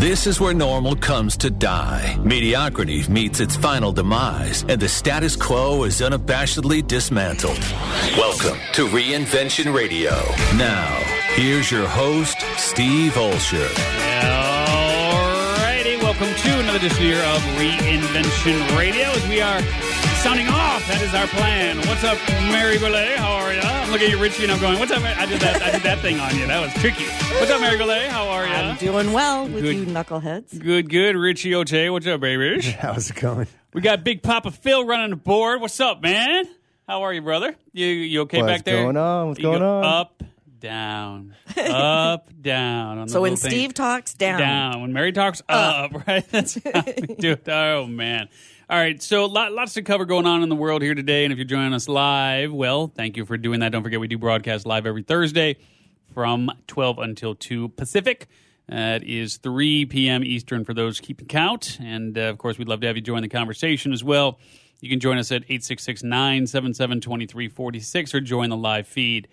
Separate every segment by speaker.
Speaker 1: This is where normal comes to die. Mediocrity meets its final demise, and the status quo is unabashedly dismantled. Welcome to Reinvention Radio. Now, here's your host, Steve Olsher.
Speaker 2: Alrighty, welcome to another edition here of Reinvention Radio as we are sounding off. That is our plan. What's up, Mary Goulet? How are you? I'm looking at you, Richie, and I'm going, what's up? Mary?" I did that, I did that thing on you. That was tricky. What's up, Mary Goulet? How are
Speaker 3: I'm
Speaker 2: you?
Speaker 3: doing well with
Speaker 2: Good.
Speaker 3: you knuckleheads.
Speaker 2: Good, good. Richie Ote, what's up, baby?
Speaker 4: How's it going?
Speaker 2: We got Big Papa Phil running the board. What's up, man? How are you, brother? You you okay
Speaker 4: What's
Speaker 2: back there?
Speaker 4: going on? What's
Speaker 2: You go
Speaker 4: going on?
Speaker 2: Up, down, up, down. on the
Speaker 3: So when
Speaker 2: little thing.
Speaker 3: Steve talks down,
Speaker 2: down. When Mary talks up, right? That's how we do it. Oh man. All right, so lot, lots to cover going on in the world here today, and if you're joining us live, well, thank you for doing that. Don't forget we do broadcast live every Thursday from 12 until 2 Pacific. That is 3 p.m. Eastern for those keeping count, and uh, of course we'd love to have you join the conversation as well. You can join us at 866-977-2346 or join the live feed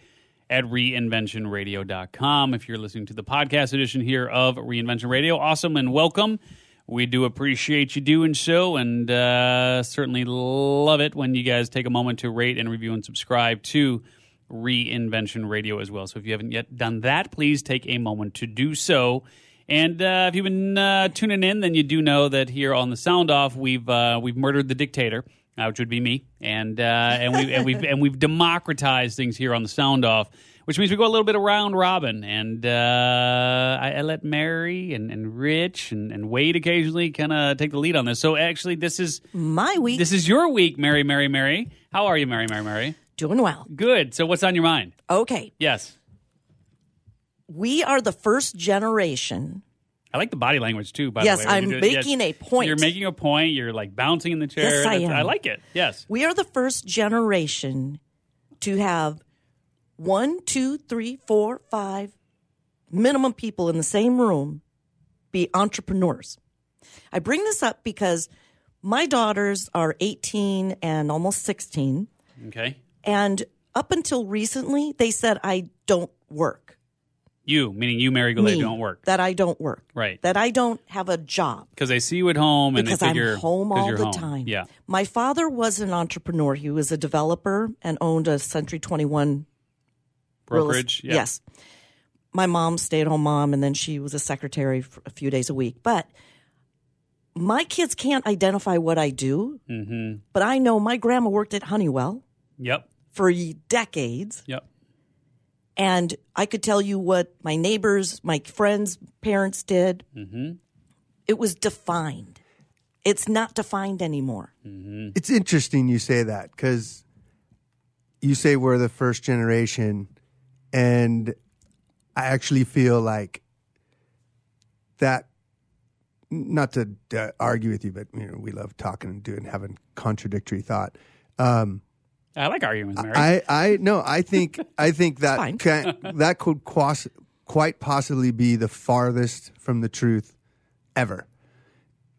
Speaker 2: at reinventionradio.com. If you're listening to the podcast edition here of Reinvention Radio, awesome and welcome. We do appreciate you doing so and uh, certainly love it when you guys take a moment to rate and review and subscribe to Reinvention Radio as well. So if you haven't yet done that, please take a moment to do so. And uh, if you've been uh, tuning in, then you do know that here on the Sound Off, we've uh, we've murdered the dictator, uh, which would be me, and uh, and we and we've and we've democratized things here on the Sound Off, which means we go a little bit around robin, and uh, I, I let Mary and, and Rich and, and Wade occasionally kind of take the lead on this. So actually, this is
Speaker 3: my week
Speaker 2: this is your week, Mary, Mary, Mary. How are you, Mary, Mary, Mary?
Speaker 3: doing well.
Speaker 2: Good. So what's on your mind?
Speaker 3: Okay,
Speaker 2: Yes,
Speaker 3: we are the first generation.
Speaker 2: I like the body language too. By
Speaker 3: Yes,
Speaker 2: the way, when
Speaker 3: I'm
Speaker 2: you do it. Yes.
Speaker 3: making a point.
Speaker 2: You're making a point. You're like bouncing in the chair.
Speaker 3: Yes, I
Speaker 2: That's- I
Speaker 3: am.
Speaker 2: like it. Yes.
Speaker 3: We are the first generation to have one, two, three, four, five minimum people in the same room be entrepreneurs. I bring this up because my daughters are 18 and almost 16.
Speaker 2: Okay.
Speaker 3: And up until recently, they said, I don't work.
Speaker 2: You, meaning you, Mary Goulet,
Speaker 3: me,
Speaker 2: don't work.
Speaker 3: That I don't work.
Speaker 2: Right.
Speaker 3: That I don't have a job
Speaker 2: Because they see you at home and
Speaker 3: because
Speaker 2: they figure
Speaker 3: I'm home
Speaker 2: 'cause
Speaker 3: all
Speaker 2: you're
Speaker 3: the
Speaker 2: home.
Speaker 3: time.
Speaker 2: Yeah.
Speaker 3: My father was an entrepreneur. He was a developer and owned a Century 21 real
Speaker 2: Brokerage.
Speaker 3: est-
Speaker 2: yeah.
Speaker 3: Yes. My mom stayed home mom and then she was a secretary for a few days a week. But my kids can't identify what I do,
Speaker 2: Mm-hmm.
Speaker 3: but I know my grandma worked at Honeywell
Speaker 2: Yep.
Speaker 3: for y- decades.
Speaker 2: Yep.
Speaker 3: and I could tell you what my neighbors, my friends, parents did.
Speaker 4: Mm-hmm.
Speaker 2: Mhm.
Speaker 3: It was defined. It's not defined anymore.
Speaker 4: It's interesting you say that because you say we're the first generation, and I actually feel like that. Not to uh, argue with you, but you know, we love talking and doing having contradictory thought.
Speaker 2: I like arguing with Mary.
Speaker 4: I, I no, I think I think
Speaker 3: fine.
Speaker 4: that can, that could quas- quite possibly be the farthest from the truth ever.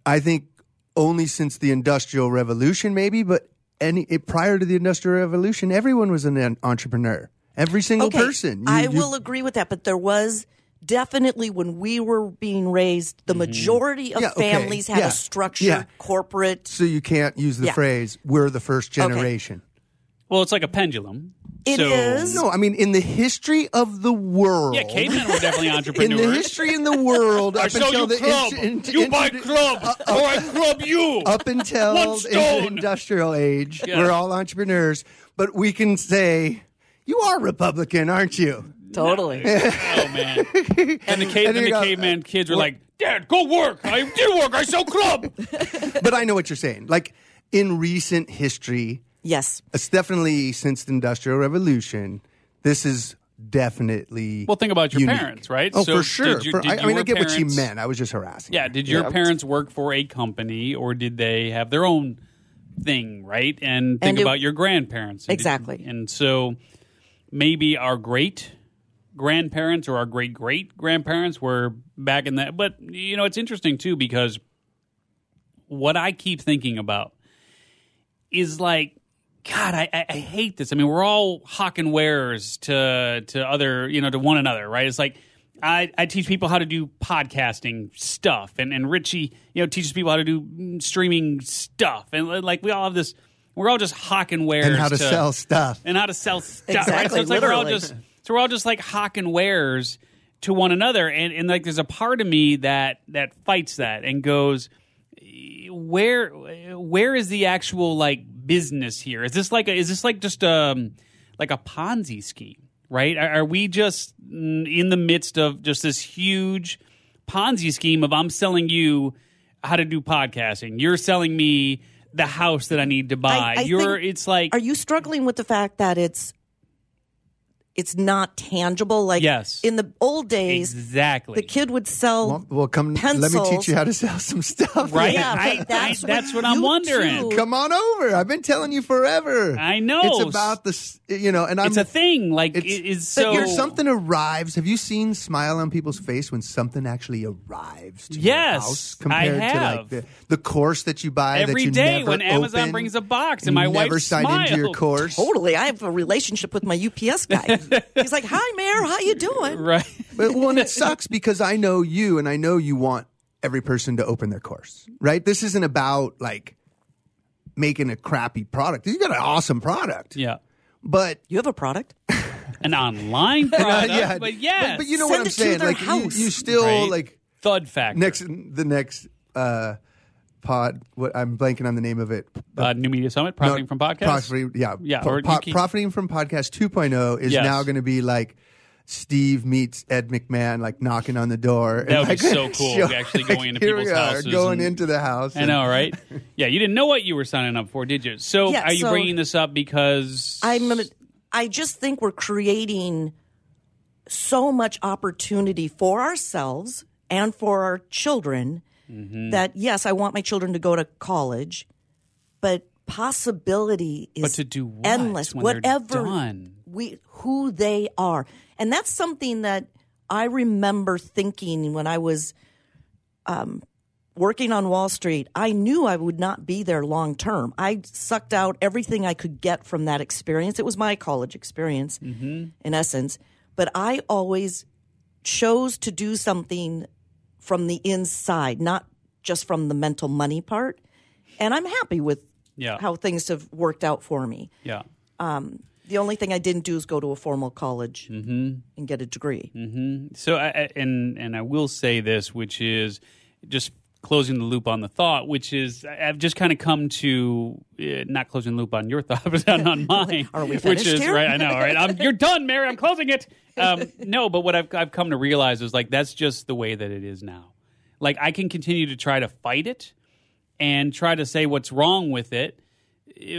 Speaker 4: I think only since the Industrial Revolution, maybe, but any it, prior to the Industrial Revolution, everyone was an en- entrepreneur. Every single person. You-
Speaker 3: I
Speaker 4: you-
Speaker 3: will agree with that, but there was definitely when we were being raised, the majority of
Speaker 4: Mm-hmm. Yeah, okay.
Speaker 3: families had
Speaker 4: Yeah.
Speaker 3: a structure,
Speaker 4: Yeah.
Speaker 3: corporate.
Speaker 4: So you can't use the
Speaker 3: Yeah.
Speaker 4: phrase "we're the first generation."
Speaker 2: well, it's like a pendulum.
Speaker 3: It
Speaker 2: so,
Speaker 3: is.
Speaker 4: No, I mean in the history of the world.
Speaker 2: Yeah, cavemen were definitely
Speaker 4: in
Speaker 2: entrepreneurs.
Speaker 4: the history in the world
Speaker 2: I
Speaker 4: up
Speaker 2: sell
Speaker 4: until
Speaker 2: you
Speaker 4: the
Speaker 2: club.
Speaker 4: int- int-
Speaker 2: you buy
Speaker 4: introdu-
Speaker 2: clubs, or I club you. Oh,
Speaker 4: up until
Speaker 2: One stone.
Speaker 4: the industrial age.
Speaker 2: Yeah.
Speaker 4: We're all entrepreneurs, but we can say, you are Republican, aren't you?
Speaker 3: Totally.
Speaker 2: oh man! And the, cave, then
Speaker 4: And you
Speaker 2: the
Speaker 4: go,
Speaker 3: uh,
Speaker 2: caveman kids were like, "Dad, go work. I did work. I sell club."
Speaker 4: But I know what you're saying. Like in recent history,
Speaker 3: yes.
Speaker 4: it's definitely since the Industrial Revolution, this is definitely.
Speaker 2: Well, think about your
Speaker 4: unique.
Speaker 2: parents, right?
Speaker 4: Oh,
Speaker 2: So
Speaker 4: for sure.
Speaker 2: did you-
Speaker 4: For-
Speaker 2: did
Speaker 4: I, I mean,
Speaker 2: your
Speaker 4: I get what she
Speaker 2: parents-
Speaker 4: meant. I was just harassing.
Speaker 2: Yeah,
Speaker 4: her.
Speaker 2: did your parents work for a company or did they have their own thing, right? And think
Speaker 3: And it-
Speaker 2: about your grandparents. And did-
Speaker 3: Exactly.
Speaker 2: and so maybe our great grandparents or our great great grandparents were back in that. But, you know, it's interesting too because what I keep thinking about is like, God, I, I, I hate this. I mean, we're all hawking wares to to other, you know, to one another, right? It's like I, I teach people how to do podcasting stuff, and, and Richie, you know, teaches people how to do mm, streaming stuff, and li- like we all have this, we're all just hocking wares
Speaker 4: and how to
Speaker 2: to
Speaker 4: sell stuff.
Speaker 2: and how to sell stuff. right?
Speaker 3: Exactly,
Speaker 2: So it's like we're all
Speaker 3: literally.
Speaker 2: just so we're all just like hocking wares to one another, and and like there's a part of me that that fights that and goes, where where is the actual like business here? Is this like a, is this like just um like a Ponzi scheme, right? Are, are we just mm, in the midst of just this huge Ponzi scheme of I'm selling you how to do podcasting, you're selling me the house that I need to buy.
Speaker 3: I- I
Speaker 2: you're
Speaker 3: think-
Speaker 2: it's like
Speaker 3: Are you struggling with the fact that it's it's not tangible? Like
Speaker 2: Yes.
Speaker 3: in the old days,
Speaker 2: exactly
Speaker 3: the kid would sell.
Speaker 4: Well, well, come. Let me teach
Speaker 3: pencils.
Speaker 4: you how to sell some stuff.
Speaker 2: right?
Speaker 3: Yeah,
Speaker 2: I-
Speaker 3: but that's
Speaker 2: I-
Speaker 3: what
Speaker 2: that's what I'm
Speaker 3: you
Speaker 2: wondering.
Speaker 3: do.
Speaker 4: Come on over. I've been telling you forever.
Speaker 2: I know.
Speaker 4: It's about the, s- you know, and I'm
Speaker 2: It's a thing. Like it
Speaker 4: It's-
Speaker 2: is
Speaker 3: But
Speaker 2: so
Speaker 3: you're
Speaker 4: When something arrives, have you seen smile on people's face when something actually arrives? To your
Speaker 2: Yes,
Speaker 4: house
Speaker 2: I
Speaker 4: compared
Speaker 2: have.
Speaker 4: to like the, the course that you buy that
Speaker 2: every
Speaker 4: you
Speaker 2: day
Speaker 4: never
Speaker 2: when Amazon
Speaker 4: open,
Speaker 2: brings a box
Speaker 4: you
Speaker 2: and my wife
Speaker 4: never sign into your
Speaker 2: smiles.
Speaker 4: course.
Speaker 3: Totally, I have a relationship with my UPS guy. He's like, "Hi, Mayor, how you doing?"
Speaker 2: Right.
Speaker 4: But one, it sucks because I know you, and I know you want every person to open their course. Right? This isn't about like making a crappy product. You got an awesome product,
Speaker 2: Yeah.
Speaker 4: but
Speaker 3: You have a product.
Speaker 2: An online product.
Speaker 4: yeah,
Speaker 2: But yes.
Speaker 4: but, but you know
Speaker 3: Send
Speaker 4: what I'm
Speaker 3: it to
Speaker 4: saying.
Speaker 3: their
Speaker 4: Like you,
Speaker 3: house.
Speaker 4: you still
Speaker 2: Right.
Speaker 4: like
Speaker 2: Thud Factor.
Speaker 4: next the next uh pod what i'm blanking on the name of it
Speaker 2: uh, New Media Summit, profiting
Speaker 4: No,
Speaker 2: from podcasts.
Speaker 4: profiting, yeah
Speaker 2: Yeah,
Speaker 4: Po-
Speaker 2: or you
Speaker 4: po-
Speaker 2: can-
Speaker 4: profiting from podcast 2.0 is
Speaker 2: Yes.
Speaker 4: now going to be like steve meets ed mcmahon like knocking on the door and,
Speaker 2: That would be
Speaker 4: like,
Speaker 2: so cool, actually going into
Speaker 4: here we
Speaker 2: people's
Speaker 4: are,
Speaker 2: houses
Speaker 4: going
Speaker 2: and-
Speaker 4: into the house
Speaker 2: I know, right? yeah, you didn't know what you were signing up for, did you? So
Speaker 3: Yeah,
Speaker 2: are you
Speaker 3: so-
Speaker 2: bringing this up because
Speaker 3: I'm. I just think we're creating so much opportunity for ourselves and for our children.
Speaker 2: Mm-hmm.
Speaker 3: That yes, I want my children to go to college, but possibility is
Speaker 2: but to do what
Speaker 3: endless.
Speaker 2: when
Speaker 3: whatever
Speaker 2: they're done?
Speaker 3: we who they are, and that's something that I remember thinking when I was um, working on Wall Street, I knew I would not be there long term. I sucked out everything I could get from that experience. It was my college experience, in essence. But I always chose to do something from the inside, not just from the mental money part. And I'm happy with
Speaker 2: Yeah.
Speaker 3: how things have worked out for me.
Speaker 2: Yeah.
Speaker 3: The only thing I didn't do is go to a formal college
Speaker 2: Mm-hmm.
Speaker 3: and get a degree.
Speaker 2: So, I, I- and and I will say this, which is just closing the loop on the thought, which is I- I've just kind of come to uh, not closing the loop on your thought, but on, on mine.
Speaker 3: Are we
Speaker 2: which
Speaker 3: finished
Speaker 2: is
Speaker 3: here?
Speaker 2: right? I know, right? I'm, you're done, Mary. I'm closing it. Um, no, but what I've I've come to realize is like that's just the way that it is now. Like I can continue to try to fight it and try to say what's wrong with it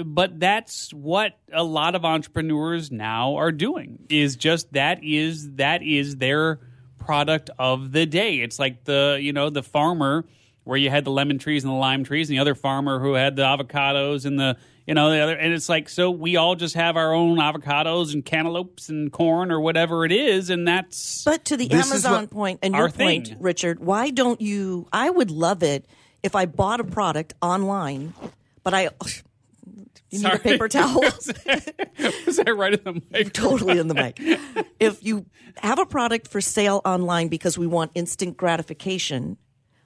Speaker 2: but that's what a lot of entrepreneurs now are doing is just that is that is their product of the day it's like the you know the farmer where you had the lemon trees and the lime trees and the other farmer who had the avocados and the you know the other and it's like so we all just have our own avocados and cantaloupes and corn or whatever it is and that's
Speaker 3: But to the
Speaker 4: This is
Speaker 3: Amazon
Speaker 4: what-
Speaker 3: point and
Speaker 2: Our
Speaker 3: your point,
Speaker 2: thing.
Speaker 3: Richard, why don't you? I would love it if I bought a product online, but I. You need
Speaker 2: Sorry.
Speaker 3: a paper towel?
Speaker 2: is that right in the mic
Speaker 3: totally in the mic. If you have a product for sale online because we want instant gratification,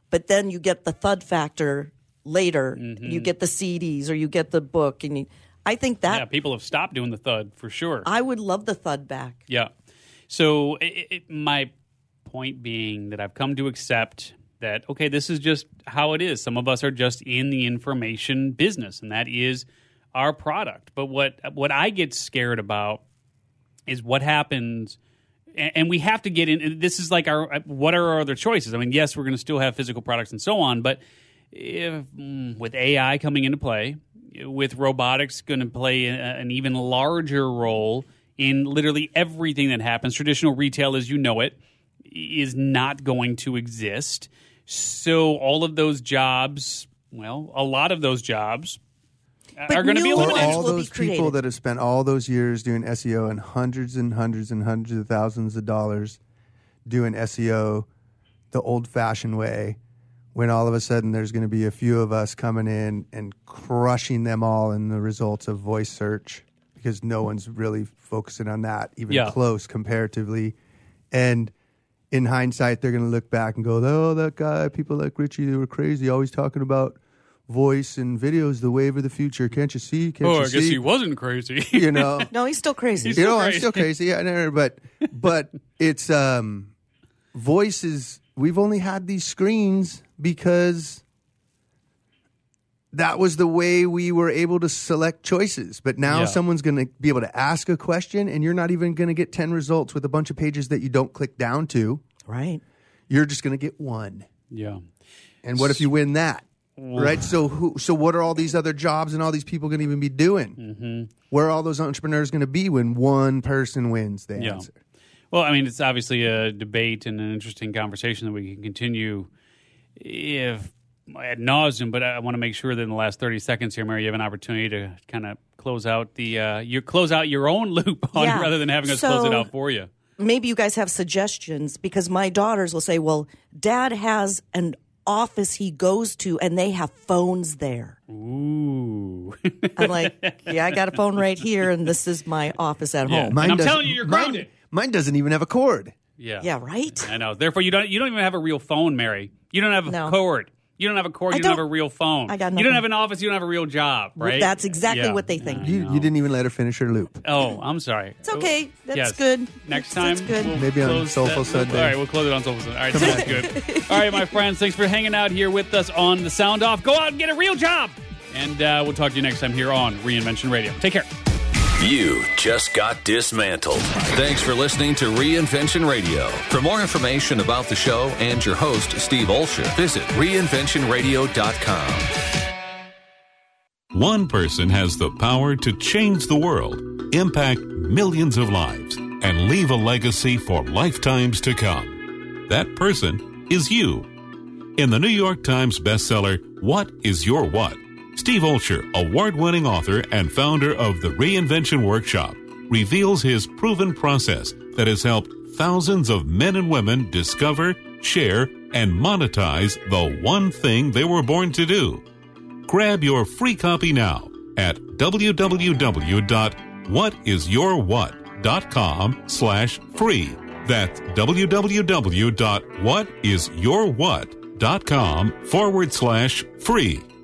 Speaker 3: but then you get the thud factor later,
Speaker 2: Mm-hmm.
Speaker 3: you get the CDs or you get the book, and you, I think that
Speaker 2: yeah people have stopped doing the thud for sure
Speaker 3: I would love the thud back.
Speaker 2: Yeah. So i i it, my point being that I've come to accept that okay, this is just how it is. Some of us are just in the information business, and that is our product. But what what I get scared about is what happens. a- And we have to get in. and This is like our uh, what are our other choices? I mean, yes, we're going to still have physical products and so on, but if mm, with AI coming into play, with robotics going to play a, an even larger role in literally everything that happens. Traditional retail, as you know it, is not going to exist. So all of those jobs, well, a lot of those jobs are going to be
Speaker 3: new
Speaker 4: Or
Speaker 2: eliminated.
Speaker 3: ones
Speaker 4: all
Speaker 3: will be
Speaker 4: those people
Speaker 3: created.
Speaker 4: that have spent all those years doing SEO and hundreds and hundreds and hundreds of thousands of dollars doing SEO the old fashioned way, when all of a sudden there's going to be a few of us coming in and crushing them all in the results of voice search because no one's really focusing on that even
Speaker 2: Yeah.
Speaker 4: close comparatively. And in hindsight, they're going to look back and go, oh, that guy, people like Richie, they were crazy, always talking about voice and videos, the wave of the future. Can't you see? Can't
Speaker 2: Oh,
Speaker 4: you
Speaker 2: I guess
Speaker 4: see?
Speaker 2: he wasn't crazy.
Speaker 4: you know,
Speaker 3: No, he's still crazy.
Speaker 2: He's-
Speaker 4: you know, I'm
Speaker 2: crazy.
Speaker 4: still crazy. Yeah, no, no, but but it's um, voices. We've only had these screens because that was the way we were able to select choices. But now
Speaker 2: Yeah.
Speaker 4: someone's going to be able to ask a question, and you're not even going to get ten results with a bunch of pages that you don't click down to.
Speaker 3: right.
Speaker 4: You're just going to get one.
Speaker 2: yeah.
Speaker 4: And what if you win that? Right. So who? So what are all these other jobs and all these people going to even be doing?
Speaker 2: Mm-hmm.
Speaker 4: Where are all those entrepreneurs going to be when one person wins the
Speaker 2: Yeah.
Speaker 4: answer?
Speaker 2: Well, I mean, it's obviously a debate and an interesting conversation that we can continue if ad nauseum. But I want to make sure that in the last thirty seconds here, Mary, you have an opportunity to kind of close out the uh, you close out your own loop on it
Speaker 3: Yeah.
Speaker 2: rather than having us
Speaker 3: So-
Speaker 2: close it out for you.
Speaker 3: Maybe you guys have suggestions because my daughters will say, well, dad has an office he goes to and they have phones there.
Speaker 2: Ooh,
Speaker 3: I'm like, yeah, I got a phone right here and this is my office at
Speaker 2: Yeah.
Speaker 3: home.
Speaker 2: And I'm
Speaker 4: doesn't-
Speaker 2: telling you, you're
Speaker 4: mine-
Speaker 2: grounded.
Speaker 4: Mine, doesn't even have a cord.
Speaker 2: yeah,
Speaker 3: Yeah, right?
Speaker 2: I know. Therefore, you don't you don't even have a real phone, Mary. You don't have a
Speaker 3: No.
Speaker 2: cord. You don't have a cord.
Speaker 3: I
Speaker 2: You don't, have
Speaker 3: don't-
Speaker 2: a real phone.
Speaker 3: I got
Speaker 2: you don't
Speaker 3: nothing.
Speaker 2: have an office. You don't have a real job. Right.
Speaker 3: That's exactly
Speaker 2: Yeah.
Speaker 3: what they think.
Speaker 2: I
Speaker 4: You,
Speaker 2: know.
Speaker 4: you didn't even let her finish her loop.
Speaker 2: Oh, I'm sorry.
Speaker 3: It's okay. That's
Speaker 2: Yes.
Speaker 3: good.
Speaker 2: Next time,
Speaker 3: That's- that's good.
Speaker 2: We'll
Speaker 4: Maybe on
Speaker 2: close
Speaker 4: Soulful
Speaker 2: that-
Speaker 4: Sunday.
Speaker 2: All right, we'll close it on Soulful Sunday. All right, sounds good. All right, my friends, thanks for hanging out here with us on the Sound Off. Go out and get a real job, and uh, we'll talk to you next time here on Reinvention Radio. Take care.
Speaker 1: You just got dismantled. Thanks for listening to Reinvention Radio. For more information about the show and your host, Steve Olsher, visit reinventionradio.com.
Speaker 5: One person has the power to change the world, impact millions of lives, and leave a legacy for lifetimes to come. That person is you. In the New York Times bestseller, What is Your What? Steve Olsher, award winning author and founder of the Reinvention Workshop, reveals his proven process that has helped thousands of men and women discover, share, and monetize the one thing they were born to do. Grab your free copy now at www.whatisyourwhat.com slash free. That's www.whatisyourwhat.com forward slash free.